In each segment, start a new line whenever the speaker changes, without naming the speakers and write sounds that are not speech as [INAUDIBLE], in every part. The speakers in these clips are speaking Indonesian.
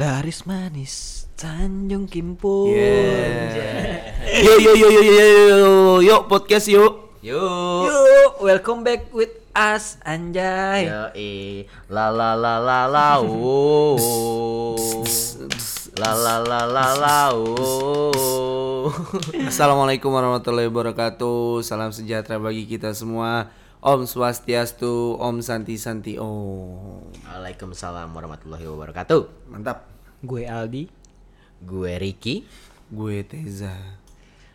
Laris manis Tanjung Kimpul.
Yo yo yo yo yo yo yo yo podcast yuk.
Yuk.
Yuk, welcome back with us anjay.
Yo eh la la la la la oh. La la la la la oh. [LAUGHS]
Assalamualaikum warahmatullahi wabarakatuh. Salam sejahtera bagi kita semua. Om Swastiastu, Om Santi Santi Om.
Waalaikumsalam warahmatullahi wabarakatuh.
Mantap.
Gue Aldi.
Gue Ricky.
Gue Teza.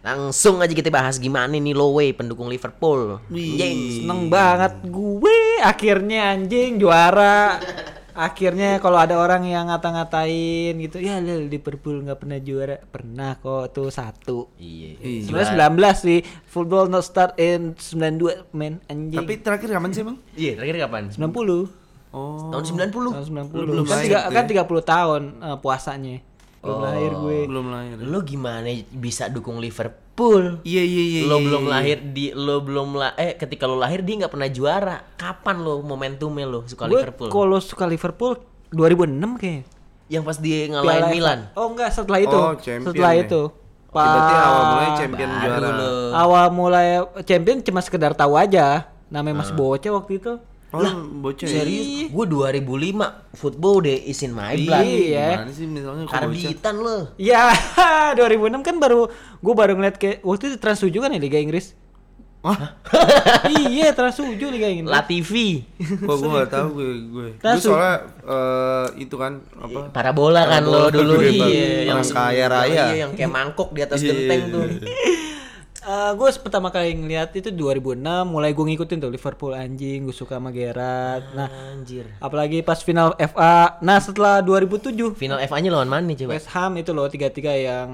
Langsung aja kita bahas gimana nih Lowe pendukung Liverpool. Jeng.
Seneng banget gue akhirnya anjing juara. Akhirnya kalau ada orang yang ngata-ngatain gitu, ya lel Liverpool nggak pernah juara. Pernah kok tuh satu.
Iya.
Sebenarnya 19 sih. Football not start in 92 men anjing.
Tapi terakhir kapan sih, Bang?
Iya, terakhir kapan?
90.
Oh.
Tahun 90.
Tahun 90.
belum
kan,
lahir
tiga,
tuh
kan 30 tahun eh, puasanya. Belum lahir gue.
Belum lahir.
Lo gimana bisa dukung Liverpool?
Iya iya iya.
lo
iya,
belum
iya.
lahir di lo belum la eh ketika lo lahir dia nggak pernah juara kapan lo momentumnya lo suka
Gue
Liverpool
kalau suka Liverpool 2006 kayaknya.
yang pas
Piala
dia ngalahin
FA.
Milan
Oh enggak setelah itu.
Oh, champion
setelah
ya.
itu.
Oke, berarti
Pas-
awal mulai champion
Baru
juara.
lo.
awal mulai champion cuma sekedar tahu aja. Namanya
Ah.
masih bocah waktu itu.
Oh, bocah. ya?
serius gue 2005 football deh isin my blood
Iya.
Gimana sih misalnya kalau bocah?
karbitan lo
[LAUGHS] Ya, 2006 kan baru gue baru ngeliat kayak waktu itu Trans 7 kan ya Liga Inggris.
Wah,
[LAUGHS] iya, Trans 7 Liga Inggris.
Latifi
kok gue gak tau gue gue. Gue
Langsung.
soalnya eh, itu kan apa?
parabola kan lo
Parabola
dulu
gede banget.
iya
Orang kaya raya.
iya, yang kayak mangkok di atas
Iya, iya,
genteng
iya.
tuh
gue Eh, pertama kali ngeliat itu 2006 mulai gue ngikutin tuh Liverpool anjing gue suka sama Gerrard nah
anjir
apalagi pas final FA nah setelah 2007
final FA nya lawan mana nih coba
West Ham itu loh 3-3 yang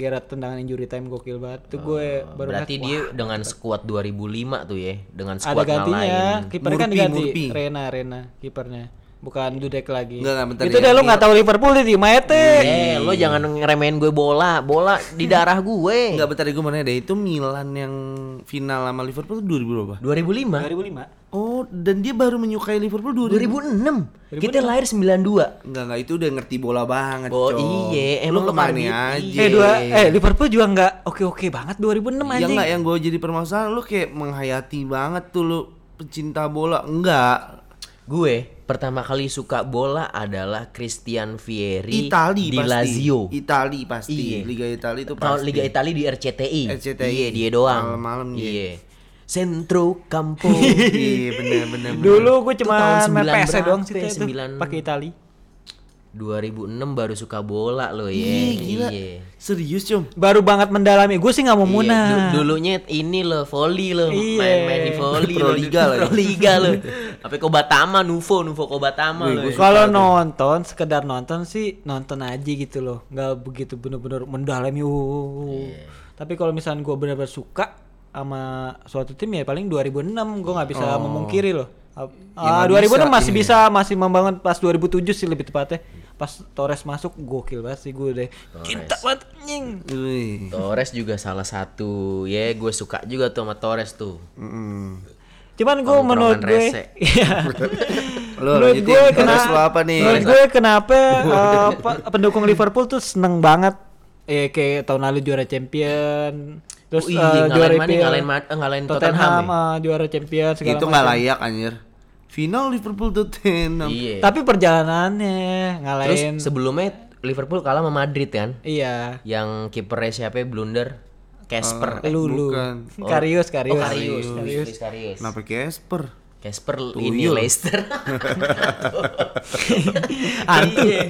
Gerrard tendangan injury time gokil banget tuh gue baru
Oh, berarti
ngeliat,
dia dengan skuad 2005 tuh ya dengan
wah, ada
skuad
gantinya
ngalahin
kipernya kan
Murphy,
diganti
Murphy.
Rena Rena kipernya bukan Dudek lagi
Enggak, enggak, bentar
itu
ya.
deh lo nggak tahu Liverpool di Maete
Eh, lo jangan ngeremehin gue bola. Bola di darah gue.
Enggak bentar gue mana deh itu Milan yang final sama Liverpool tuh 2000 berapa?
2005
2005,
Oh, dan dia baru menyukai Liverpool 2000.
2006. Kita lahir 92.
Enggak enggak itu udah ngerti bola banget,
Bo-
Cong.
iya, emang
Lu
lo
kemana
karbit,
aja?
iya.
eh dua eh Liverpool juga nggak oke oke banget 2006
Ya
anjing
enggak yang gue jadi permasalahan lu kayak menghayati banget tuh lu pecinta bola. Enggak.
Gue pertama kali suka bola adalah Christian Vieri
Itali
di
pasti.
Lazio.
Itali pasti.
Iya.
Liga Itali itu
Tahun
pasti.
Liga Italia di RCTI.
RCTI.
Iya, dia doang.
Malam-malam dia.
Iya. Centro Campo. [LAUGHS]
[LAUGHS] [LAUGHS] Iya, bener bener. bener.
Dulu gue
Itu
cuma
tahun
main
9
PS doang sih
berapa ya?
itu
Sembilan-
pakai Itali.
2006 baru suka bola lo ya.
Iya, gila. Serius, Cong.
Baru banget mendalami. Gue sih nggak mau
Iya,
munah.
du- dulunya ini loh volley loh
Iya.
main-main di volley
Pro
loh
Liga lagi.
Pro Liga
[LAUGHS]
loh sampai Kobatama Nuvo Nuvo Kobatama
Wih,
loh
gua suka
Kalau
tuh.
nonton, sekedar nonton sih nonton aja gitu loh. Nggak begitu bener-bener mendalami. Uh.
Iya.
Tapi kalau misalnya gue bener-bener suka sama suatu tim ya paling 2006 gue nggak bisa memungkiri loh. Ap- Ah,
Oh. Ya, nggak
2006
bisa,
masih
iya.
bisa, masih membangun pas 2007 sih lebih tepatnya. Pas Torres masuk gokil banget sih gue deh. Cinta banget anjing.
Wih.
Torres juga salah satu ya gue suka juga tuh sama Torres tuh
Hmm. Mm-mm.
Cuman gue
Tongkrongan
menurut gue,
rese.
[LAUGHS] Iya.
Lo
menurut
lanjutin.
gue
Terus
kenapa?
lo apa nih?
Menurut gue
[LAUGHS]
kenapa eh, pe- pendukung Liverpool tuh seneng banget? Eh kayak tahun lalu juara champion, terus
Oh
eh,
iya, ngalahin
juara
mana?
IPL,
Ngalahin Ma- eh, ngalahin
Tottenham,
Tottenham
eh, juara champion segala
Itu nggak
macam.
layak anjir. Final Liverpool Tottenham.
iya
Tapi perjalanannya
terus
ngalahin,
sebelumnya Liverpool kalah sama Madrid kan
iya,
yang kipernya siapa ya, blunder Casper
Oh, iya.
eh,
lulu,
bukan.
Karius, Karius,
oh, Karius Luis Karius
Kenapa Casper?
Casper ini
Tuyul.
Leicester
[LAUGHS] Hantu.
Iya,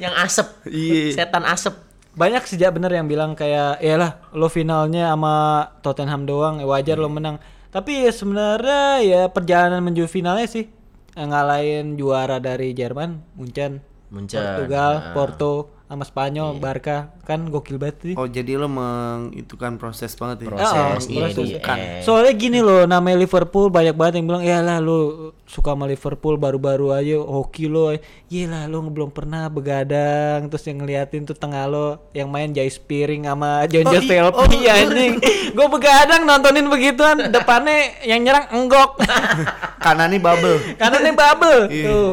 yang asep
Iya.
setan asep
banyak sejak bener yang bilang kayak ya lah lo finalnya sama Tottenham doang wajar lo menang tapi ya sebenarnya ya perjalanan menuju finalnya sih Eh, ngalahin juara dari Jerman Munchen,
Munchen,
Portugal
ah.
Porto sama Spanyol Barca kan gokil banget sih
Oh jadi lo mengitukan proses eh. banget ya?
Proses.
Ah, ah,
Iya,
proses.
iya.
Soalnya gini loh, namanya Liverpool banyak banget yang bilang, ya lah lo suka sama Liverpool baru-baru aja hoki lo, ya lah lo belum pernah begadang, terus yang ngeliatin tuh tengah lo yang main Jai Spiring sama John
Oh,
Joe
i-
Stelpi
oh.
anjing. Gue begadang nontonin begituan, depannya yang nyerang enggok, [LAUGHS]
[LAUGHS]
Kanannya bubble. Iya.
karena ini bubble tuh.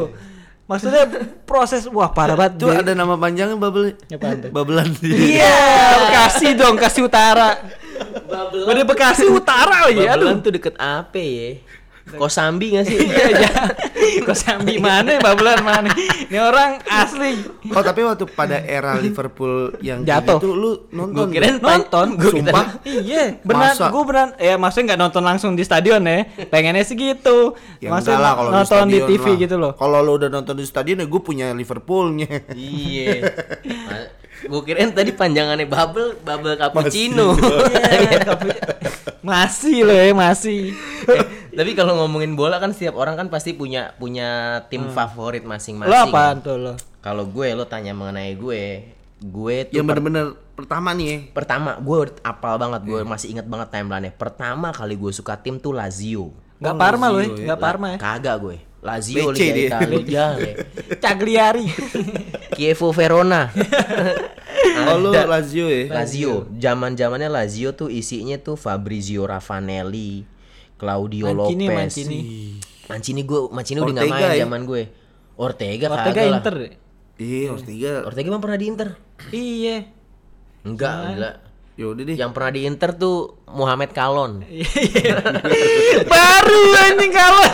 Maksudnya proses wah parah banget.
Itu
Be-
ada nama panjangnya Babel.
Apaan tuh?
Babelan.
Iya, Bekasi dong, Bekasi Utara. Udah Bekasi Utara lagi, Iya, aduh.
Babelan tuh deket apa ya? Kosambi gak sih? Iya.
Iya, iya. Kosambi mana, Babelan mana? Ini orang asli.
[LAUGHS] Oh tapi waktu pada era Liverpool yang
Jatuh.
itu lu
Gua
nonton.
kirain
Nonton,
gua kirain-
Sumpah.
Iya, benar.
Masa?
Gue benar. Ya maksudnya nggak nonton langsung di stadion ya. Pengennya sih gitu.
Ya
maksudnya
enggak lah kalau
nonton di,
stadion
TV
lah.
gitu loh.
Kalau lu udah nonton di stadion ya gue punya [LAUGHS] Liverpoolnya.
Iya. Gue kirain tadi panjangannya bubble, bubble cappuccino.
Iya, tapi- masih loh ya, masih.
[LAUGHS] Eh, Tapi kalau ngomongin bola kan setiap orang kan pasti punya punya tim favorit masing-masing.
Hmm. Lo
ya.
apaan tuh lo?
Kalau gue lo tanya mengenai gue, gue tuh
yang bener-bener pertama nih ya.
pertama gue apal banget gue
Hmm.
masih ingat banget timeline-nya. Pertama kali gue suka tim tuh Lazio.
Gak Parma lo ya, gak Parma ya. Iya,
Kagak gue. Lazio
Lece dia.
Liga Italia. ya.
Cagliari.
Chievo
[LAUGHS]
Verona.
Oh lu Lazio ya.
Lazio, zaman-zamannya Lazio tuh isinya tuh Fabrizio Ravanelli, Claudio
Mancini,
Lopez.
Mancini.
Mancini gue, Mancini udah nggak
Ortega
main
ya?
zaman gue. Ortega,
Ortega
kagak
Inter.
Lah.
ya?
Iya, harus tiga.
Ortega emang pernah di Inter?
Iya.
Enggak, gila.
Ya udah deh.
Yang pernah di Inter tuh Mohamed Kalon.
Iya, Baru anjing kalau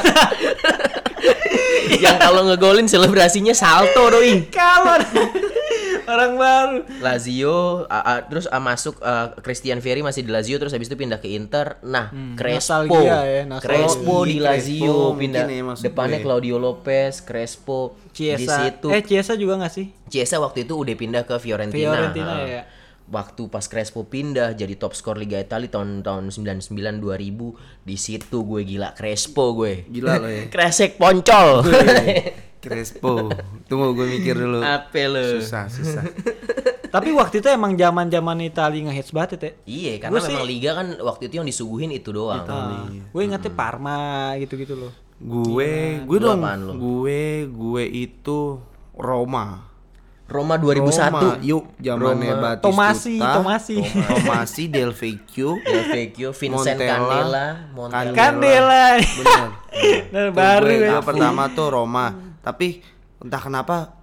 yang kalau ngegolin selebrasinya salto doi.
kalau orang baru.
Lazio a- a- terus a, masuk a, Christian Vieri masih di Lazio terus habis itu pindah ke Inter. Nah, Crespo.
nostalgia ya, nostalgia.
Crespo di
Iya,
Lazio
Crespo
pindah
mungkin ya maksud
depannya
gue.
Claudio Lopez, Crespo di
Ciesa.
situ.
Eh Ciesa juga gak sih?
Chiesa waktu itu udah pindah ke Fiorentina.
Fiorentina,
Ha.
ya.
Waktu pas Crespo pindah jadi top skor Liga Italia tahun-tahun 99 2000 di situ gue gila Crespo gue.
Gila lo ya.
Kresek poncol.
[LAUGHS] Crespo. Tunggu gue mikir dulu.
Apa lu?
Susah, [LAUGHS] susah.
Tapi waktu itu emang zaman-zaman Itali ngehits banget ya. Teh.
Iya, karena
Gue sih-
memang liga kan waktu itu yang disuguhin itu doang.
Ah, gue ingetnya Parma gitu-gitu loh.
Gue, gue
Lu
dong.
apaan lu?
Gue, gue itu Roma.
Roma 2001.
Roma, yuk zamannya
Roma.
Batistuta.
Tomasi, Tomasi.
Tomasi Del Vecchio.
Del Vecchio, Vincent
Montella,
Candela, Montella.
Candela.
[LAUGHS]
[LAUGHS]
Bener.
Dan
Tuh
baru
gue,
ya.
gue pertama tuh Roma, tapi entah kenapa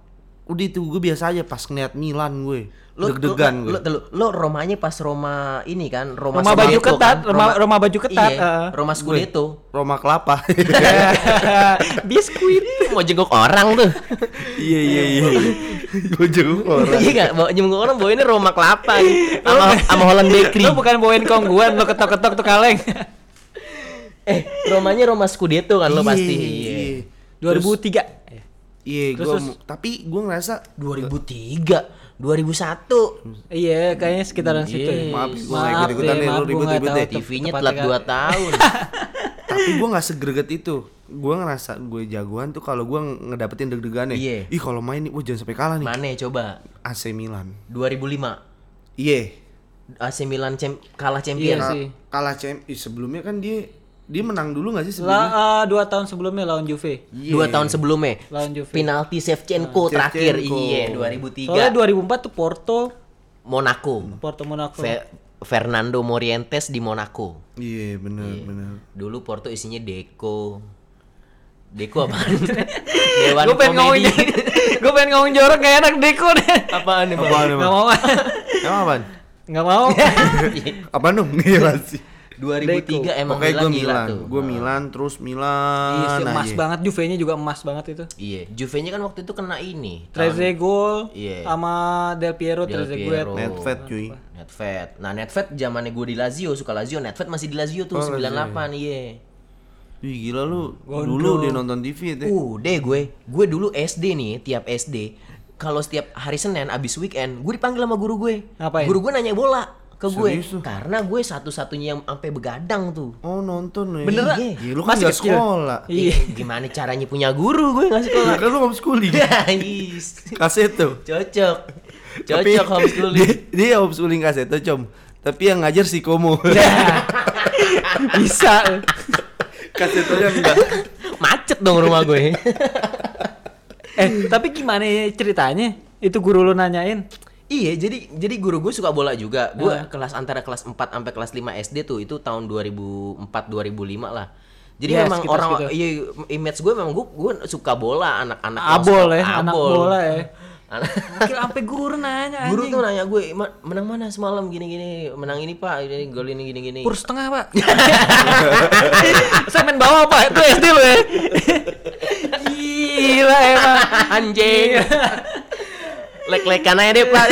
udah itu gue biasa aja pas ngeliat Milan gue. Deg-degan
lu,
gue.
lu, lu Romanya pas Roma ini kan, Roma,
Roma baju
Scudetto
ketat, Roma- Roma baju ketat,
kan? Iya,
eh.
Roma Scudetto.
Roma kelapa.
[LAUGHS] Biskuit.
Mau jenguk orang tuh.
Iya iya iya. Gue jenguk
[LAUGHS]
orang.
Iya enggak, mau jenguk orang bawa ini Roma kelapa nih. [LAUGHS] sama sama Holland Bakery.
Lo bukan bawain kongguan, lo ketok-ketok tuh kaleng.
Eh, Romanya Roma Scudetto kan lo pasti.
Iya.
Iya.
2003.
Iya,
Terus,
gue
terus.
tapi gue ngerasa
2003, 2001.
Iya, kayaknya sekitaran situ. ya.
Maaf, gue
Maaf
nggak ikut-ikutan
deh, maaf,
deh, lu
gua
ribut-ribut
nggak
deh.
tahu ya.
TV-nya
tepat
telat
tengah.
[LAUGHS] 2 tahun.
tapi gue nggak segreget itu gue ngerasa gue jagoan tuh kalau gue ngedapetin deg-degannya
Iya.
ih kalau main nih wah jangan sampai kalah nih
Mane ya, coba
AC Milan
2005.
iya
AC Milan cem- kalah
Iya
champion.
sih.
kalah CM ih, sebelumnya kan dia dia menang dulu nggak
Lah,
sih sebelumnya
eh, dua tahun sebelumnya lawan Juve.
Dua tahun sebelumnya.
Lawan Juve.
Penalti Shevchenko terakhir. Iya, 2003.
Soalnya Oh. 2004 tuh Porto,
Monaco.
Porto Monaco. [LAUGHS]
Fe- Fernando Morientes di Monaco.
iya bener bener
Dulu Porto isinya Deco. Deco apaan?
[LAUGHS]
Dewan
Gue pengen ngomongin,
komedi.
[LAUGHS] gue pengen ngomongin jorok gak enak Deko deh.
apaan nih, Bang?
Apaan emang?
[LAUGHS]
Gak mau,
emang apaan
gak mau.
apaan dong gila sih
2003 emang
Oke gue
Milan gila
Milan,
tuh.
gue Milan terus Milan Nah,
Iya sih, emas
aja.
banget, Juve-nya juga emas banget itu.
Iya, Juve-nya kan waktu itu kena ini.
Trezegol
Iya.
sama Del Piero,
Del Piero.
Trezeguet.
Net fat cuy.
Netfed. Nah, Netfed zamannya gue di Lazio, suka Lazio, Netfed masih di Oh, Lazio tuh 98, iya.
Ih gila lu. Dulu dia nonton TV ya. Teh.
Udah gue, gue dulu SD nih, tiap SD. Kalau setiap hari Senin abis weekend, gue dipanggil sama guru gue.
Ngapain?
Guru gue nanya bola ke gue.
Serius lu?
Karena gue satu-satunya yang sampai begadang tuh.
Oh nonton ya.
Beneran?
Iya, lu kan
Masih
gak
kecil.
sekolah.
Iya.
Ih, [LAUGHS] Gimana caranya punya guru gue nggak
Iya. [LAUGHS]
sekolah?
Kan lu homeschooling.
Guys,
Kaset tuh.
cocok.
Tapi
Cocok homeschooling.
[LAUGHS] Dia, dia homeschooling kaset tuh, com. Tapi yang ngajar si Komo.
[LAUGHS] Iya. Bisa.
kaset tuh yang enggak.
Macet dong rumah gue.
[LAUGHS] eh, tapi gimana ya ceritanya? Itu guru lu nanyain.
Iya, jadi jadi guru gue suka bola juga. Gue kelas antara kelas 4 sampai kelas 5 SD tuh itu tahun 2004 2005 lah. Jadi
Yes,
memang
kita-
orang
kita.
iya image gue memang gue gue suka bola anak-anak yang
Abol
suka
ya, anak bola ya.
Anak-
Gokil sampai guru nanya
Guru
anjing.
tuh nanya gue "Ma- menang mana semalam gini-gini menang ini pak ini gol ini gini-gini.
Pur setengah pak [LAUGHS] Saya main bawah pak Itu SD lu ya Gila emang Iya.
Anjing. Lek-lekan aja deh pak.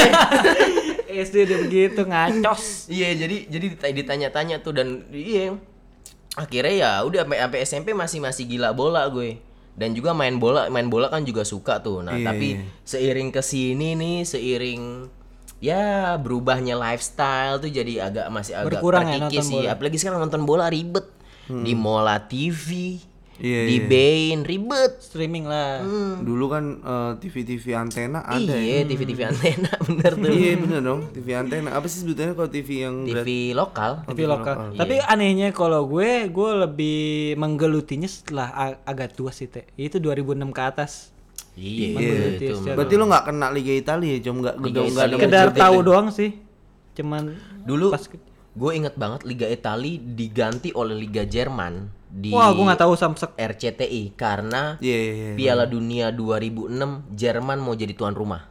[LAUGHS] SD udah begitu ngacos
Iya jadi jadi dita- ditanya-tanya tuh dan iya akhirnya ya udah sampai sampai SMP masih masih gila bola gue dan juga main bola main bola kan juga suka tuh nah
Iya,
tapi seiring kesini nih seiring ya berubahnya lifestyle tuh jadi agak masih agak
Berkurang ya nonton
terkikis sih
bola.
apalagi sekarang nonton bola ribet di Mola TV
Hmm. Iya,
di
iya.
Bein ribet
Streaming lah
Dulu kan eh, TV-TV antena ada ya.
iya TV TV antena [LAUGHS] bener tuh
Iya bener dong, TV antena. Apa sih sebutannya kalau TV yang berat?
TV lokal
Tapi lokal Tapi
Iya.
anehnya kalau gue Gue lebih menggelutinya setelah a- agak tua sih Teh Itu 2006 ke atas
iya
Menggeluti
itu
secara-
Berarti ya, lo nggak kena Liga Italia ya, cuma nggak
Liga
nggak- nggak
Italia.
nemu
Sekedar
Menggeluti,
tahu
Teh.
doang sih Cuman
Dulu
pas ke-
gue inget banget Liga Itali diganti oleh Liga Jerman di
Wah gue gak tahu samsek
RCTI karena
Iya, iya, iya.
Piala Dunia 2006 Jerman mau jadi tuan rumah.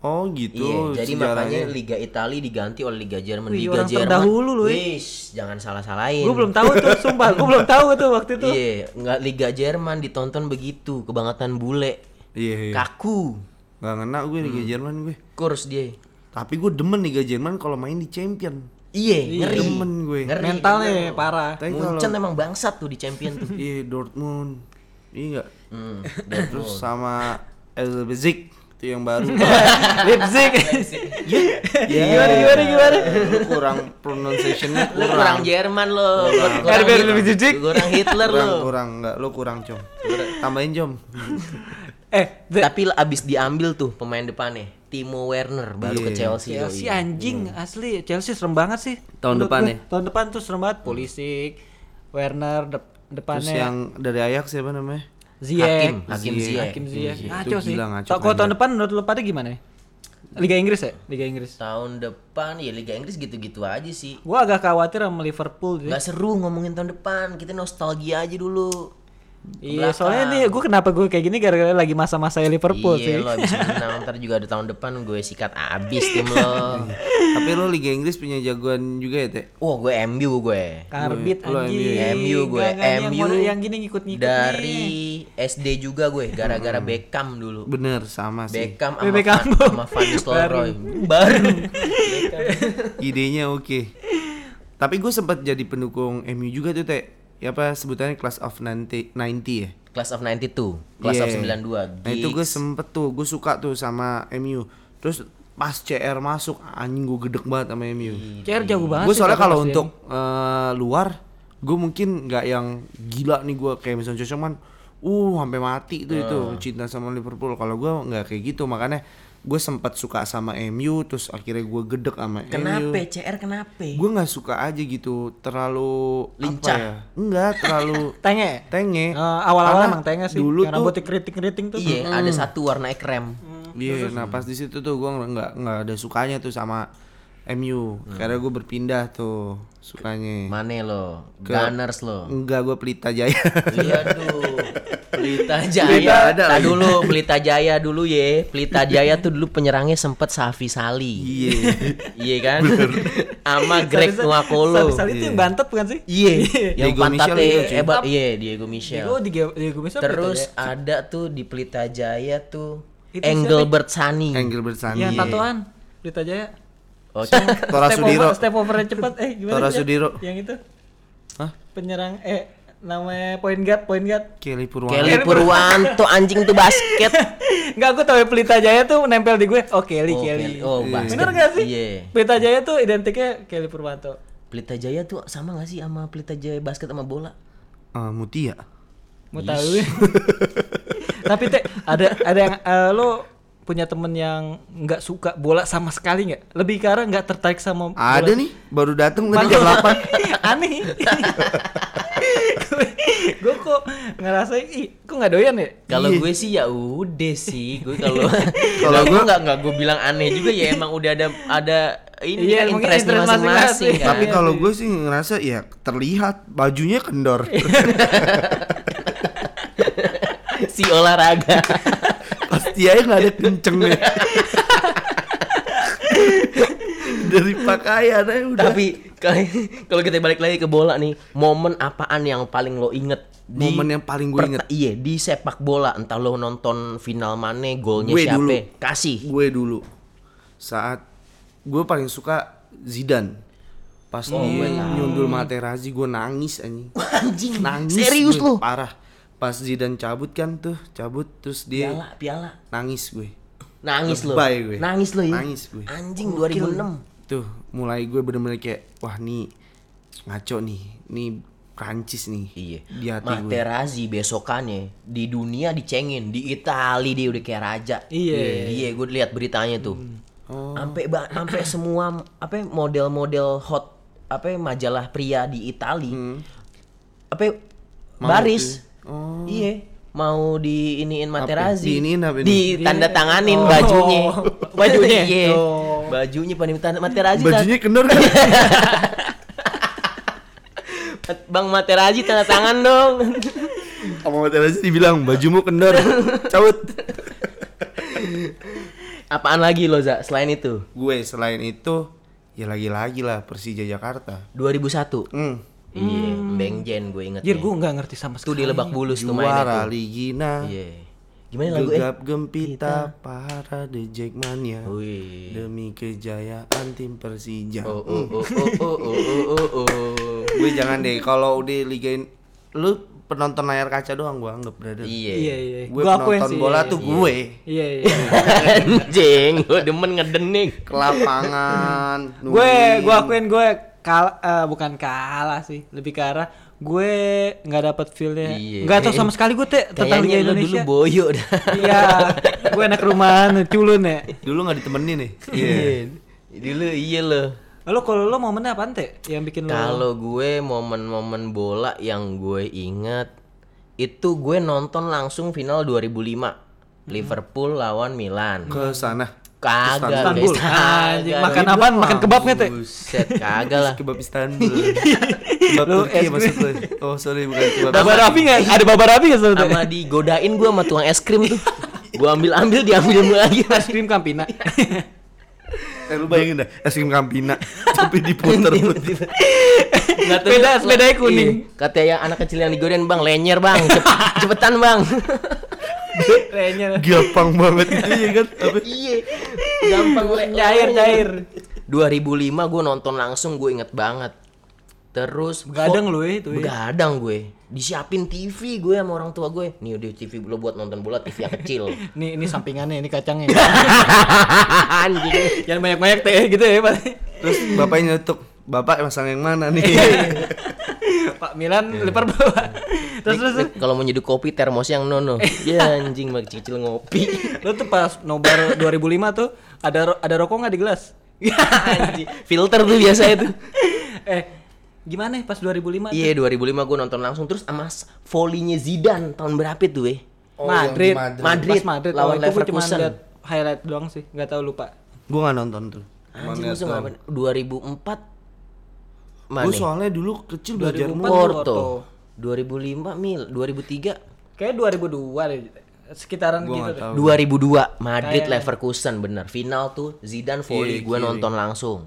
Oh gitu.
Iya, jadi
sejarahnya.
makanya Liga Itali diganti oleh Liga Jerman.
Wih,
Liga
orang
Jerman.
terdahulu lu, ya.
Wish, jangan salah-salahin.
Gue belum tahu
[LAUGHS]
tuh sumpah Gue belum tahu tuh waktu itu
Iya, nggak Liga Jerman ditonton begitu, kebangetan bule.
Iya, iya.
Kaku.
Nggak kena gue Liga
Hmm.
Jerman gue.
Kurs dia.
Tapi gue demen Liga Jerman kalau main di Champion.
Iya, ngeri.
Demen gue.
Ngeri.
Mentalnya parah
Tapi kalau
Munchen emang bangsat tuh di champion tuh.
iya Dortmund. Iya enggak?
Hmm,
Terus sama Elbezik itu
[LAUGHS]
yang baru.
[LAUGHS] Leipzig
Iya.
Gimana, gimana, gimana?
Lu kurang pronunciation-nya
Lu kurang
kurang.
Jerman lo.
Biar- biar lebih jijik.
kurang Hitler
kurang
lo.
kurang enggak lu kurang com tambahin com
Eh the-
Tapi l- abis diambil tuh pemain depannya Timo Werner baru ke Chelsea.
Chelsea
yoi.
anjing asli Chelsea serem banget sih
Iya, Hmm. Tahun
Menurut
depan
gue.
ya?
tahun depan tuh serem banget Pulisic Werner dep-
terus
depannya
yang dari Ajax siapa namanya
Ziyech
Hakim, Hakim Ziyech.
Hakim Ziyech ngaco
Iya, Itu
sih
gila, ngaco,
Ta- kalau tahun depan menurut lu pada gimana ya Liga Inggris ya Liga Inggris
Tahun depan ya Liga Inggris gitu-gitu aja sih.
gua agak khawatir sama Liverpool sih.
Gak seru ngomongin tahun depan. Kita nostalgia aja dulu.
iya soalnya nih gue kenapa gue kayak gini gara-gara lagi masa-masa Liverpool
iya
sih
lo abis
[LAUGHS]
menang ntar juga ada tahun depan gue sikat abis tim lo.
Iya.
tapi lu Liga Inggris punya jagoan juga ya teh
Wah gue MU gue.
Karbit
Lu MU
anjing
MU gue
Gak- gak nih, iya, yang
MU
model yang gini ngikut-ngikut nih.
dari SD juga gue gara-gara Beckham dulu.
bener sama sih
Beckham
Eh,
sama
Beckham
Van,
dong.
[LAUGHS]
sama Van Nistelrooy baru. [LAUGHS]
idenya oke tapi gue sempat jadi pendukung MU juga tuh teh ya apa sebutannya class of 90, 90 ya
Class of 92, Class of
Iya.
92.
Nah itu gue
Giggs.
sempet tuh, gue suka tuh sama MU. Terus pas CR masuk, anjing gue gedek banget sama MU.
Iya.
CR jauh banget
Gue
sih, ya.
Iya. soalnya
tapi
kalau
pasti
untuk eh, luar, gue mungkin nggak yang gila nih gue kayak misalnya cuman, uh sampai mati itu itu
Eh.
cinta sama Liverpool. Kalau gue nggak kayak gitu, makanya gue sempat suka sama MU, terus akhirnya gue gedek sama MU.
Kenapa CR kenapa?
Gue nggak suka aja gitu, terlalu apa
Lincah.
ya? Enggak, terlalu
Tenge ya?
tenge.
[LAUGHS] Eh, awal-awal
Karena
emang tenge sih.
Dulu
yang
tuh
rambutnya keriting-keriting tuh.
Iya,
Hmm.
ada satu warna krem.
Iya, nah pas di situ tuh gua nggak nggak ada sukanya tuh sama MU.
Hmm.
Karena gua berpindah tuh sukanya.
Mane lo, Gunners
[LAUGHS]
lo.
Enggak gua pelita jaya. [LAUGHS]
Iya tuh. Pelita
Pelita
Jaya.
ada
Nah
lagi.
dulu Pelita Jaya dulu ye. Pelita Jaya tuh dulu penyerangnya sempet Safi Sali.
Iya.
[LAUGHS]
Iya kan? Sama Greg Nuakolo.
Sali itu yang bantet bukan sih?
Iya, yang
Diego Michel juga,
pantatnya
cuy.
hebat. Iya, Diego Michel.
Diego di Diego bisa
Terus ada tuh di Pelita Jaya tuh
Itu
Engelbert Sani.
Angle bersani.
yang Iya, tatoan Pelita Jaya.
Oh,
iya. Tora
Step
Sudiro.
over- Step over cepat eh gimana?
Tora
sih?
Sudiro.
Yang itu
Hah?
penyerang eh namanya point guard, point guard. [LAUGHS]
Kelly Purwan.
Kelly Purwanto anjing tuh [LAUGHS] basket.
Enggak aku tahu ya Pelita Jaya tuh nempel di gue. Oh Kelly,
Oh,
Kelly.
Kelly. Oh, basket.
Bener gak sih?
Iya.
Pelita Jaya tuh identiknya Kelly Purwanto.
Pelita Jaya tuh sama gak sih sama Pelita Jaya basket sama bola?
Ah,
Iya.
Mutia.
Mau tahu? [LAUGHS] Tapi teh ada ada yang eh, lo punya temen yang nggak suka bola sama sekali nggak? Lebih ke arah nggak tertarik sama bola.
Ada nih, baru datang tadi
Bang-
jam 8.
[LAUGHS] Aneh. gue kok ngerasa ih, kok nggak doyan ya?
Kalau gue sih ya udah sih, gue kalau
Iya.
[LAUGHS]
Kalau
kalau gue
gua-
nggak nggak gue bilang aneh juga ya emang udah ada ada ini
Iya,
kan
mungkin
interestnya
interest
masing-masing
masing-masing.
kan.
Tapi
iya.
kalau gue sih ngerasa ya terlihat bajunya kendor.
Iya.
[LAUGHS]
si olahraga
Pasti aja nggak ada kencengnya.
[LAUGHS]
Dari pakaian aja udah.
tapi kalau kalau kita balik lagi ke bola nih momen apaan yang paling lo inget di
Momen yang paling gue
perta-
inget
iya di sepak bola entah lo nonton final mana golnya
Gue
siapa
dulu.
kasih
gue dulu saat gue paling suka Zidane pas
Oh,
dia nyundul Materazzi gue nangis anjing
anjing
nangis
serius
gue,
lo
parah pas Zidane cabut kan tuh cabut terus dia
piala piala
nangis gue
nangis lo
Lebay gue.
nangis lo ya
Nangis gue.
anjing 2006
tuh mulai gue bener-bener kayak wah nih ngaco nih nih Prancis nih
Iya.
di hati gue
Materazzi besokannya di dunia dicengin, di Itali dia udah kayak raja.
Iya.
Iya, gue lihat beritanya tuh.
Hmm.
Sampai ba- sampai semua apa model-model hot apa majalah pria di Itali.
Hmm.
Apa baris. Iya, mau di iniin Materazzi.
Diiniin Oh. apa ini?
tanda tanganin
Oh.
[LAUGHS] bajunya.
[LAUGHS]
Bajunya?
Iya.
Oh.
Bajunya pada minta Materazzi. tanda-
bajunya kendor
[LAUGHS]
kan
Bang Materazzi tanda tangan dong. [LAUGHS]
sama Materazzi dibilang bajumu kendor cabut
Apaan lagi lo Za selain itu?
gue selain itu ya lagi-lagi lah Persija Jakarta
2001.
hmm.
Iya, Bang Jen gue inget.
Anjir gue nggak ngerti sama
tuh
sekali.
di Lebak Bulus tuh mainnya
juara
tuh.
Ligina
Iya. Gimana lagu eh?
gegap gempita parade Jackmania
Oh, Wih.
demi kejayaan tim
iya.
Persija
Oh oh oh oh oh oh oh oh, oh.
gue jangan deh kalau di Liga In- lu penonton layar kaca doang gue anggap berada
Iya.
Iya
[LAUGHS]
iya.
gue
Gua akuin
penonton
sih,
bola
iya,
tuh
iya.
gue
Iya
[LAUGHS]
iya.
Anjing, gue demen ngedenik.
ke
[LAUGHS]
lapangan
gue
nungguin.
gue akuin gue kalah eh, bukan kalah sih lebih ke arah gue nggak dapet feelnya
Iya.
nggak tahu sama sekali gue teh tentang Liga
Kayaknya lu dulu
Indonesia
boyo dah.
iya gue anak rumahan culun ya
dulu nggak ditemenin nih
[LAUGHS]
Iya.
Dulu iya lo.
lo kalau lo momennya apaan teh yang bikin lo
Kalau gue momen-momen bola yang gue inget itu gue nonton langsung final 2005 Liverpool lawan Milan.
ke sana
Hmm.
Kagak,
Istanbul.
guys.
Anjing,
Kagak,
makan
guys.
apaan? Makan kebabnya, Teh?
Buset, kagak lah.
kebab Istanbul kebab
Lu
Turki
es krim.
maksud lu oh sorry bukan kebab
Babar api nggak? Ada babar api nggak sama
Sama digodain gua sama tukang es krim tuh. Gua ambil-ambil diambil mulu lagi.
Es krim [LAUGHS] Campina.
Eh lu bayangin dah, es krim
[LAUGHS]
Campina tapi
Iya,
diputer-puter.
Nggak tahu
Beda-
lah.
bedanya kuning.
Iya. Kata yang anak kecil yang digodain, "Bang, lenyer, Bang.
[LAUGHS]
Cep- cepetan, Bang."
Iya. Kayaknya
Gampang banget itu ya kan. Apa?
Iya. Gampang gue
cair cair.
2005 gue nonton langsung gue inget banget. Terus
Begadang
kok-
lu ya itu ya.
Begadang gue. Disiapin TV gue sama orang tua gue. Nih udah TV lo buat nonton bola TV yang kecil.
[LAUGHS] Nih ini sampingannya, ini kacangnya.
Anjing.
[LAUGHS] Jangan banyak-banyak teh gitu ya Pak.
Terus bapaknya nyetuk, "Bapak masang yang mana nih?"
Iya, Pak Milan Liverpool. Terus terus
Nih, kalau mau nyeduh kopi termos yang
[LAUGHS]
nono. Ya anjing mah kecil ngopi.
Lo tuh pas nobar 2005 tuh ada ro- ada rokok nggak di gelas?
anjing, filter tuh biasa itu.
[LAUGHS] eh gimana ya pas 2005?
[LAUGHS] Iya 2005 gue nonton langsung terus sama s- volinya Zidane tahun berapa tuh eh?
Oh,
Madrid.
yang di
Madrid.
Pas Madrid oh,
lawan
itu gua
Leverkusen.
Cuma liat highlight doang sih, nggak tahu lupa.
Gua nggak nonton tuh. Cuman
Anjing
liat
musuh
doang.
ngapain? 2004
Gua
mana?
soalnya dulu kecil belajar
2004.
mulu.
Porto.
Porto. 2005 Mil, 2003
Kayak 2002 deh, sekitaran
Gua
gitu.
nggak
deh. [LAUGHS]
tahu.
2002 Madrid Leverkusen bener final tuh Zidane volley gue
Kiri, Iya, kiri.
nonton langsung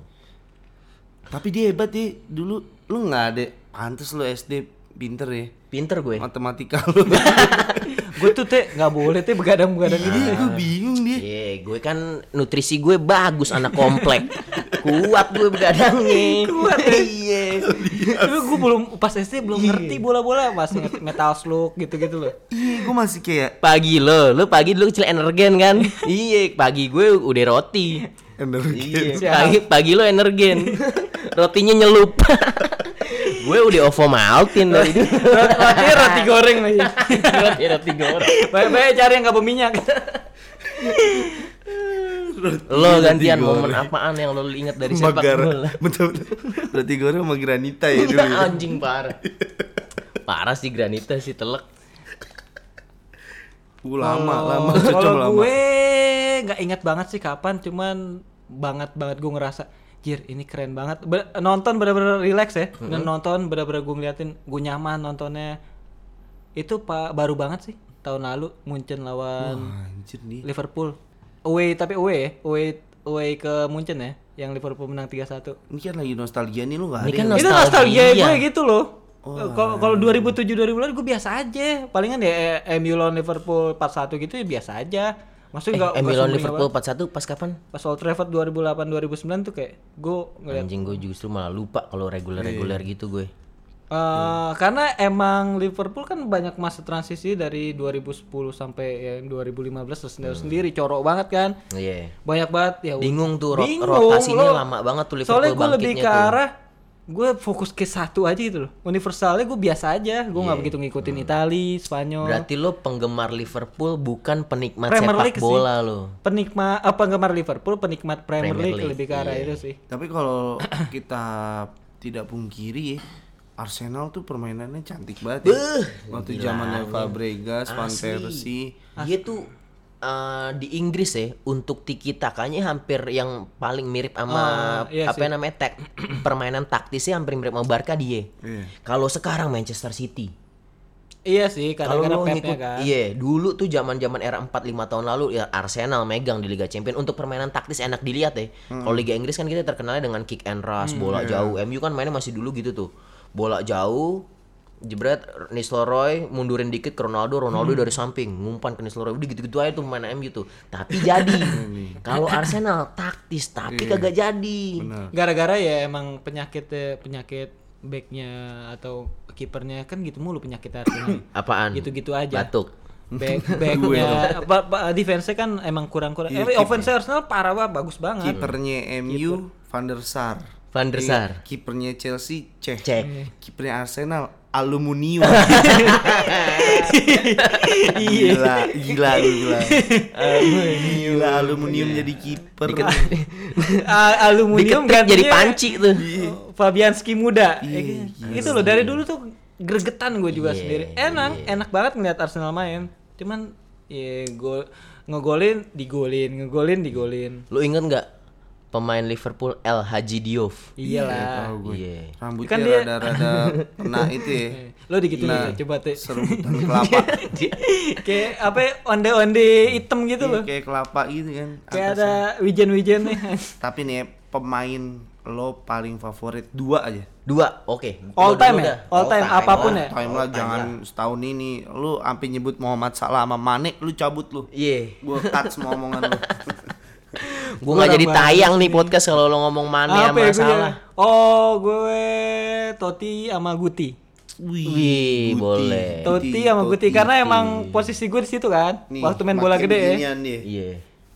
Tapi dia hebat sih dulu. Lu nggak ada pantes lu SD pinter ya.
pinter gue
Matematika [LAUGHS] lu.
gue tuh teh nggak boleh teh begadang-begadang gitu.
Iya, gua bingung dia.
Iya, gue kan nutrisi gue bagus anak
[LAUGHS]
komplek. Kuat gue begadangnya. Kuat.
ya?
Iya.
[LAUGHS] Tapi gue belum pas SD belum ngerti bola-bola masih ngerti metal slug gitu-gitu loh.
Iya, gua masih kayak
Pagi lo, lo pagi dulu kecil energen kan? iya, pagi gue udah roti.
energi.
Siap.
Pagi pagi lo energen. Rotinya nyelup. [LAUGHS] gue udah ovo maltin dari dulu.
Roti, [LAUGHS] roti, roti goreng lagi.
roti roti goreng.
[LAUGHS] Baik-baik cari yang nggak berminyak. [LAUGHS]
Lo gantian
Roti
momen
goreng.
apaan yang lo inget dari sepak bola?
Magara. Betul. betul. Berarti goreng sama granita ya dulu. ya.
[LAUGHS] Anjing parah. Parah sih granita sih telek.
Uh, lama,
Kalau-
lama, cocok
Oh. Kalau
lama.
gue nggak ingat banget sih kapan, cuman banget banget gue ngerasa anjir ini keren banget Ber- nonton bener-bener relax ya nonton bener-bener gue ngeliatin gue nyaman nontonnya itu pak baru banget sih tahun lalu Munchen lawan
Anjir nih.
Liverpool away tapi away ya away away ke Munchen ya yang Liverpool menang 3-1
Ini kan lagi nostalgia nih lu gak ada.
Ini kan
itu
ya?
Nostalgia.
nostalgia gue gitu loh kalau kalau 2007 2008 gue biasa aja palingan ya eh, MU lawan Liverpool 4-1 gitu ya biasa aja
Eh,
maksudnya nggak nggak
Emil lawan
sumringah
Eh, Liverpool 4-1 pas kapan?
banget. pas Old Trafford 2008 2009 tuh kayak gue ngeliat
Anjing gue justru malah lupa kalau reguler-reguler gitu gue.
Eh, karena emang Liverpool kan banyak masa transisi dari 2010 sampai ya yang 2015 terus sendiri corok banget kan
Iya.
banyak banget ya
Hmm. Bingung tuh, rot-
bingung,
rotasinya
lo-
lama banget tuh Liverpool
soalnya gue lebih
bangkitnya
ke
tuh.
arah gue fokus ke satu aja gitu loh universalnya gue biasa aja gue
Iya.
nggak begitu ngikutin
Hmm.
Itali Spanyol
Berarti lo penggemar Liverpool bukan penikmat
Premier
sepak
League sih.
bola lo.
penikmat apa penggemar Liverpool penikmat Premier,
Premier
League,
League, Iya.
lebih ke arah itu sih
Tapi kalau [CLEARS THROAT] kita tidak pungkiri ya, Arsenal tuh permainannya cantik banget ya. Waktu zamannya Fabregas, Van Persie.
Dia tuh eh, di Inggris ya untuk tiki takanya hampir yang paling mirip sama
Ah, iya
apa namanya tak permainan taktisnya hampir mirip sama Barca dia.
Iya.
Kalau sekarang Manchester City.
iya sih
Kalau
kadang-kadang
lo
pepnya
ngikut
kan
iya, dulu tuh zaman-zaman era 4 5 tahun lalu ya Arsenal megang di Liga Champions untuk permainan taktis enak dilihat ya. Kalau Liga Inggris kan kita terkenalnya dengan kick and rush, bola jauh. MU kan mainnya masih dulu gitu tuh. Bola jauh jebret Nistelrooy mundurin dikit ke Ronaldo, Ronaldo dari samping ngumpan ke Nistelrooy. Udah gitu-gitu aja tuh main MU tuh. Tapi jadi. Kalau Arsenal taktis tapi kagak jadi.
gara-gara ya emang penyakit penyakit backnya atau kipernya kan gitu mulu penyakit
Hmm.
Arsenal
Apaan?
gitu-gitu aja
Batuk. [LAUGHS]
back backnya apa, apa defense-nya kan emang kurang-kurang
Iya,
eh, offense Arsenal parah banget bagus banget [LAUGHS]
Kipernya MU Van der Sar.
Van der Sar.
Iya, Kipernya Chelsea Cech.
Cech.
Kipernya Arsenal Aluminium. gila, gila, gila. gila aluminium jadi kiper.
A- aluminium
Diketik jadi
gantinya
panci tuh.
Fabianski muda Ya kan? itu loh dari dulu tuh gregetan gue
Iya,
juga sendiri enak enak banget ngeliat Arsenal main cuman ya gol ngegolin digolin ngegolin digolin
Lu inget nggak pemain Liverpool El Haji Diouf?
iyalah
Tahu gue.
Iya.
Rambutnya
Kan dia-
rada-rada kena itu ya.
lo digituin
Nah.
ya, coba teh
Serebutan kelapa.
kayak apa ya, onde-onde hitam gitu
Iya,
loh
kayak kelapa gitu kan.
kayak ada wijen-wijen nih
Tapi nih pemain lo paling favorit dua aja.
Dua, oke.
All
Dua
time
dulu
ya?
dah.
All time, apapun
lah.
ya?
Time lah jangan setahun ini lu sampai nyebut Muhammad Salah sama Mane lu cabut lu.
Iya.
Gua cut semua omongan
[LAUGHS]
lu.
Gua nggak jadi tayang nih podcast kalau lo ngomong Mane
apa
sama
ya gue
salah.
ya? oh gue Toti sama Guti
Wih, boleh.
Toti sama Guti karena emang posisi gue di situ kan waktu main bola gede ya
Iya.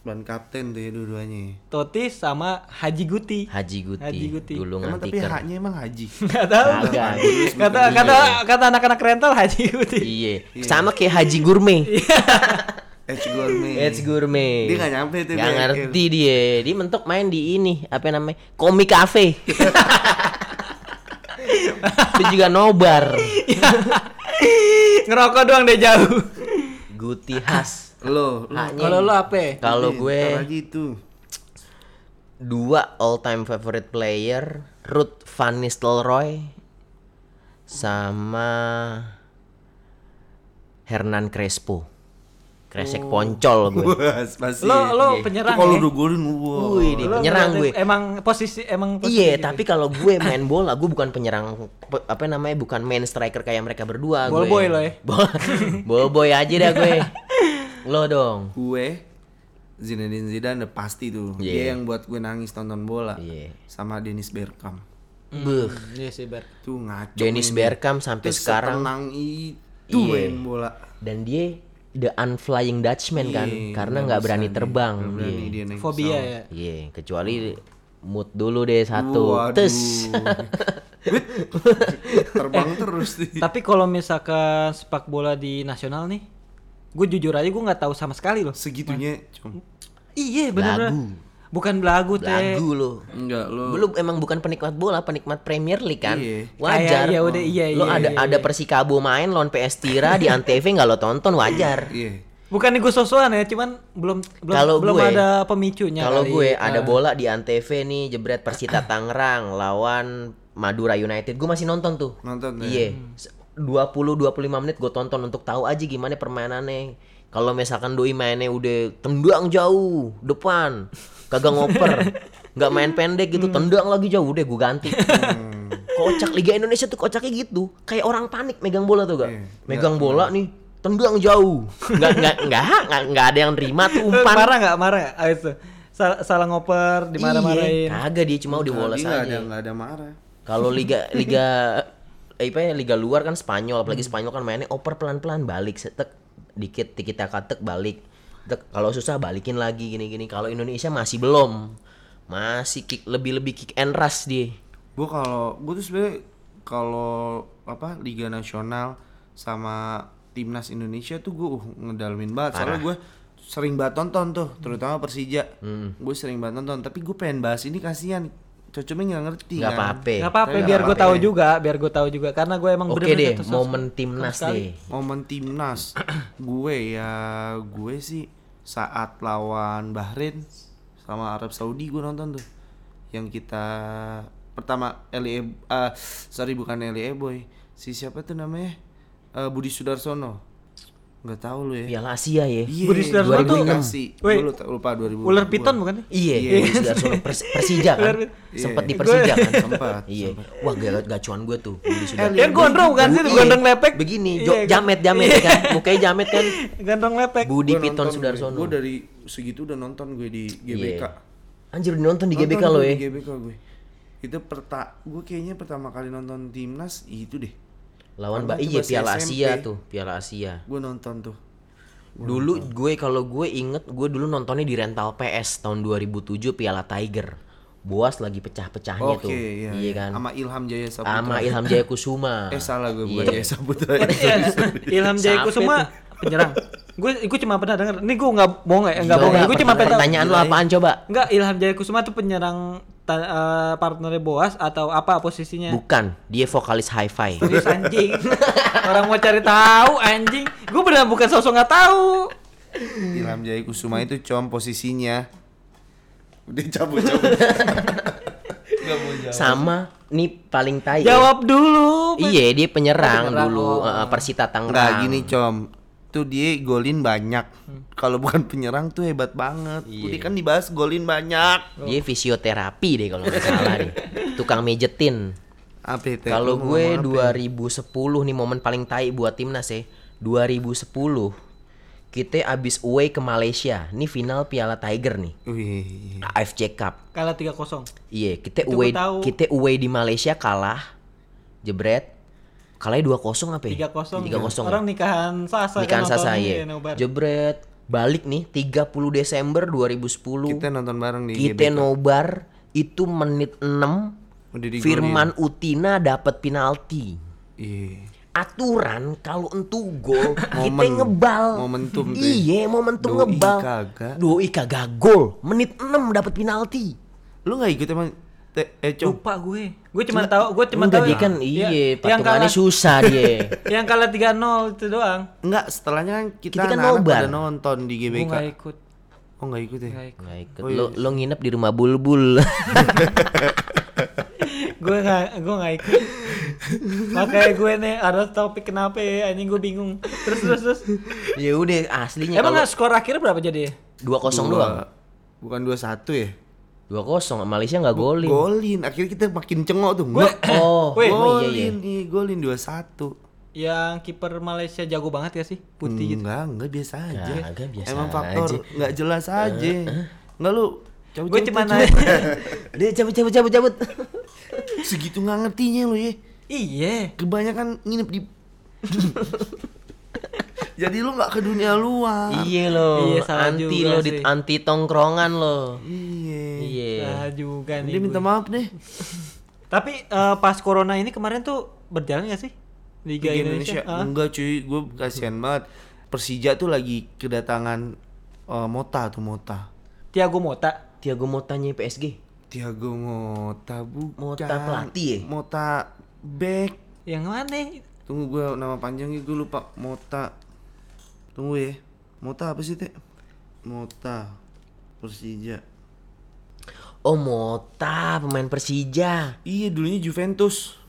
Ban kapten tuh ya dua-duanya.
Toti sama Haji Guti.
Haji Guti.
Haji Guti.
Dulu
Emang tapi
ngantiker.
haknya emang haji. [LAUGHS]
Gak tahu.
Kagak.
Kata kata kata anak-anak rental Haji Guti.
[LAUGHS]
Iya. Sama kayak Haji
[LAUGHS]
Gourmet.
Iya.
Edge gourmet.
It's gourmet.
Dia nggak nyampe tuh,
Nggak
Bel.
ngerti dia. Dia mentok main di ini apa namanya? Komik Cafe.
[LAUGHS]
Dia juga nobar.
Ngerokok doang deh jauh.
Guti khas.
Lo, lo
Haknya.
Kalau lu apa? ya?
Kalau
Nih,
gue
ntar lagi itu.
dua all time favorite player Ruth Van Nistelrooy sama Hernan Crespo kresek
Oh.
poncol gue
[LAUGHS] Wah, masih.
Lo lo
Iya.
penyerang.
Kalau
ya?
udah golin gua.
Wih, dia
Lu
penyerang
berarti eh,
gue
Emang posisi emang posisi
iya
gitu.
tapi kalau gue main bola gue bukan penyerang pe- apa namanya bukan main striker kayak mereka berdua
Ball
gue
boy lo ya?
[LAUGHS] Ball- ball boy aja dah gue lo dong
Gue Zinedine Zidane udah pasti tuh. Dia
Iya.
yang buat gue nangis nonton bola.
Iya.
Sama Dennis Bergkamp.
Beuh.
Hmm, Iya sih Ber.
Tuh ngaco.
Dennis Bergkamp sampai sekarang
Tenang itu
Iya.
main bola.
dan dia the unflying Dutchman kan
Iya,
karena
nggak
nggak
bisa
berani
dia.
terbang
Nggak
dia.
berani dia naik
Fobia
pesawat.
ya.
Iya, kecuali mood dulu deh satu.
Waduh.
Tes. [LAUGHS]
Terbang terus nih.
Tapi kalau misalkan sepak bola di nasional nih, gue jujur aja gue nggak tahu sama sekali loh.
Segitunya, cum.
Iya benar.
Belagu.
Bukan belagu teh.
Lagu lo.
Enggak lo.
Belum emang bukan penikmat bola, penikmat Premier League kan.
Iya.
Wajar.
Kayak, ya udah, iya,
Lo
iya,
ada
iya,
ada Persikabo main lawan PS Tira di Antv nggak lo tonton wajar.
Iya.
Bukan nih gue sosokan ya, cuman belum belum,
Kalau
belum
gue-
ada pemicunya.
Kalau
kali. Eh, Ah.
gue ada bola di Antv nih jebret Persita Tangerang lawan Madura United. Gue masih nonton tuh.
Nonton ya?
Iya. 20-25 menit gue tonton untuk tahu aja gimana permainannya. Kalau misalkan doi mainnya udah tendang jauh depan, kagak ngoper,
[LAUGHS]
nggak main pendek gitu,
Hmm.
tendang lagi jauh deh gue ganti. Kocak Liga Indonesia tuh kocaknya gitu, kayak orang panik megang bola tuh gak?
Iya.
Megang bola nih, tendang jauh, nggak nggak nggak nggak ada yang terima
Eh,
tuh umpan.
marah nggak marah nggak? Ah, itu. Sal- salah ngoper dimarah-marahin.
Iya, kagak dia cuma udah
Nah,
bolos
dia nggak ada
aja.
nggak ada marah.
[LAUGHS]
Kalau liga liga eh, apa ya liga luar kan Spanyol, apalagi
Hmm.
Spanyol kan mainnya oper pelan-pelan balik setek dikit tiki taka tek balik. Tek, kalau susah balikin lagi gini-gini. Kalau Indonesia masih belum. Masih kick lebih-lebih kick and rush dia.
Gue kalau gue tuh sebenarnya kalau apa Liga Nasional sama timnas Indonesia tuh gue uh, ngedalamin banget. Soalnya gue sering banget tonton tuh, terutama Persija.
Hmm.
Gue sering banget tonton, tapi gue pengen bahas ini kasihan. Cocoknya nggak ngerti
Nggak
kan.
apa-apa.
Gak Iya. apa-apa,
Tapi
biar
nggak
gue
apa-apa
tahu
ya.
juga, biar gue tahu juga, karena gue emang
Oke
bener-bener
deh,
satu-
momen timnas deh.
Momen timnas
[CLEARS THROAT]
gue ya gue sih saat lawan Bahrain sama Arab Saudi gue nonton tuh yang kita pertama LE eh, sorry bukan LE Boy si siapa tuh namanya Eh, Budi Sudarsono nggak tahu lu ya
Piala Asia ya.
Iya,
Budi Sudarsono tuh-
2006.
Weh,
Gua lupa, lupa 2000
Ular piton bukan? ya? sih?
Iya, sudah suruh Pers- Persija kan.
Iya.
Sempet di Persija
[LAUGHS]
kan.
Sempet,
Iya. Wah, gak gacuan gue tuh. Sudah
Eh,
Dia gondrong bukan sih,
Iya,
gondrong lepek.
Begini,
Iya,
jo-
kan?
jamet jamet ya kan. Mukanya jamet kan.
Gondrong lepek.
Budi Piton Sudarsono.
gue dari segitu udah nonton gue di GBK
Iya. Anjir nonton di GBK
Nonton
lo
gue
ya.
Di GBK gue. Itu perta gue kayaknya pertama kali nonton timnas itu deh.
Lawan Mbak
Karena itu
iya
masih
Piala
SMP.
Asia tuh, Piala Asia.
Gue nonton tuh.
Dulu gue kalau gue inget gue dulu nontonnya di rental PS tahun 2007 Piala Tiger. Boas lagi pecah-pecahnya tuh.
Oke, iya,
iya kan.
Sama Ilham Jaya Saputra.
Sama Ilham Jaya Kusuma.
[LAUGHS] Eh salah gue bukan
Iya.
Jaya
[LAUGHS]
Saputra.
Iya, Ilham Jaya
Sampai
Kusuma penyerang. Gue gue cuma pernah denger. Ini gue nggak bohong ya, nggak
Gila,
bohong. ya. Gue cuma pernah
Iya, pertanyaan lo apaan
iya.
coba?
Enggak, Ilham Jaya Kusuma tuh penyerang ta- eh, partnernya Boas atau apa posisinya?
Bukan, dia vokalis hi-fi.
Serius anjing. Orang mau cari tahu anjing. Gue benar bukan sosok nggak tahu.
Ilham Jaya Kusuma itu com posisinya. Udah cabut cabut. iya.
Sama nih paling tai.
Jawab dulu. Pak.
Iya, dia penyerang,
Oh, penyerang,
dulu
oh.
eh, Persita
Enggak
Tangerang.
Nah, gini com. Tuh dia golin banyak.
Hmm.
Kalau bukan penyerang tuh hebat banget.
Iya.
Udah kan dibahas golin banyak.
Dia fisioterapi deh kalau nggak salah
[LAUGHS]
deh. Tukang mejetin.
Apa itu?
Kalau
Lu
gue
ngomong apa?
2010 nih momen paling tai buat timnas ya. 2010 kita abis away ke Malaysia. Ini final Piala Tiger nih.
Wih.
AFC Cup.
Kalah 3-0.
Iya,
Iya.
kita
Itu
away
gue tahu.
kita away di Malaysia kalah. Jebret. Kalahnya 2-0 apa ya?
3-0.
3-0.
Orang nikahan Sasa.
Nikahan
kan
Sasa
nontonnya
ya.
nobar.
Jebret. Balik nih 30 Desember 2010.
Kita nonton bareng di
Kita
GBK.
nobar itu menit 6
Udah digolin.
Firman Utina dapat penalti.
Iya.
Aturan kalau entu gol
[LAUGHS]
kita
Momen.
ngebal.
Momentum tuh. ya.
Iya, momentum
Doi
ngebal.
kagak.
Doi kagak gol. Menit 6 dapat penalti.
Lu nggak ikut emang te- eh Com?
Lupa gue. Gue cuma tahu, gue cuma
Udah
tahu
dia kan
ya-
iya,
yang
patungannya
kalah [LAUGHS]
susah dia.
yang kalah 3-0 itu doang.
Enggak, setelahnya kan kita,
Kita kan
anak-anak
nobar.
pada nonton di
Gue
GBK.
nggak ikut.
oh, enggak ikut ya?
Nggak ikut.
Nggak ikut.
Oh iya.
Lo, lo nginep di rumah
[LAUGHS]
Bulbul.
gue nggak gue nggak ikut makanya gue nih ada topik kenapa ya anjing gue bingung terus terus terus
ya udah aslinya
emang
kalau
nggak skor akhirnya berapa jadi ya?
2-0
Dua-
doang.
Bukan 21 ya?
2-0 Malaysia nggak golin.
Golin. Akhirnya kita makin cengok tuh. Gue
Oh,
Weh.
oh iya iya.
golin nih, golin 21.
yang kiper Malaysia jago banget ya sih
Hmm.
putih gitu
Enggak, enggak biasa aja.
Kagak, biasa
Emang faktor
aja. Eh,
enggak jelas aja. Enggak lu cabut,
gue
cabut,
cuma
cabut.
nanya
Dia cabut cabut cabut cabut.
segitu nggak ngertinya lu ya.
[LAUGHS] iya
Kebanyakan nginep
[LAUGHS]
di Jadi lu nggak ke dunia luar.
Iya lo,
Iya, salah
anti
juga
lo, di,
sih.
anti tongkrongan lo.
Iya.
Iya.
Nah, juga nih
Dia minta
gue.
maaf deh.
tapi eh, pas corona ini kemarin tuh berjalan gak sih Liga,
Liga
Indonesia,
Indonesia. Hmm.
Ah.
Enggak cuy, gue kasihan banget. Persija tuh lagi kedatangan eh, Mota tuh Mota.
Tiago Mota
Tiago mau tanya PSG.
Tiago Mota bukan.
Mota pelatih ya?
Mota back.
yang mana
Tunggu gue nama panjangnya gue lupa. Mota. Tunggu ya. Mota apa sih teh? Mota Persija.
Oh Mota pemain Persija.
Iya dulunya Juventus.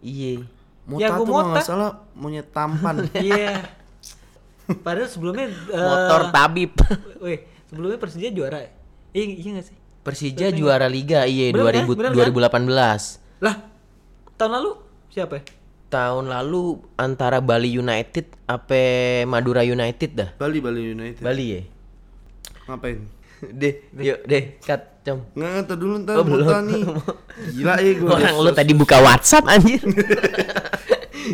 Iya.
Mota
Thiago
tuh kalau
Motta.
nggak salah monyet tampan.
[LAUGHS]
[LAUGHS]
Iya. Padahal sebelumnya eh,
Motor Tabib.
Weh, sebelumnya Persija juara. ya? Iya, iya gak sih?
[LAUGHS] Persija juara liga iya
Bener kan?
2000
Bener kan?
2018.
Lah, tahun lalu siapa ya?
Tahun lalu antara Bali United apa Madura United dah.
Bali Bali United.
Bali ya.
Ngapain?
[LAUGHS] Deh, yuk deh, cut, com.
Nggak ntar dulu ntar Mota nih. Gila ya gue.
Orang lu tadi buka WhatsApp anjir.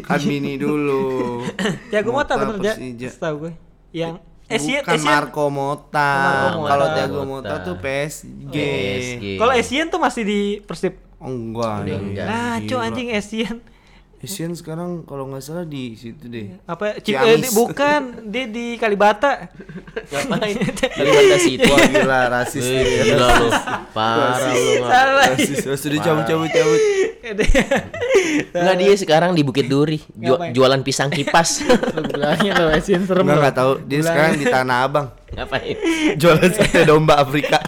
kan mini
[LAUGHS]
dulu.
Thiago Mota
Motta
bener Eh, ya?
Persija.
Setahu gue. Yang Asian,
Bukan Marco Mota.
Marco Motta.
Kalau Thiago Mota
Motta.
tuh PSG.
PSG.
Kalau Asian tuh masih di Persib.
Oh, enggak.
Udah
nih.
enggak.
Nah, cu anjing Asian.
Asian sekarang kalau nggak salah di situ deh.
Apa Cip- eh,
Ciamis.
di-
[LAUGHS]
bukan dia di Kalibata. [LAUGHS]
Ngapain? Kalimantan situ.
Wah gila rasis.
Wih, Gila lu. Parah lu. Mak.
Salah.
rasis. Rasis dicabut cabut cabut.
Enggak dia sekarang di Bukit Duri ju-
Ngapain?
jualan pisang kipas.
Bilangin lo Asian serem.
Enggak enggak tahu. Dia sekarang di Tanah Abang.
Ngapain?
Jualan sate domba Afrika.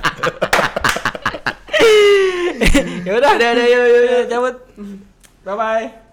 ya udah, udah, udah, yuk, yuk, yuk, cabut. Bye bye.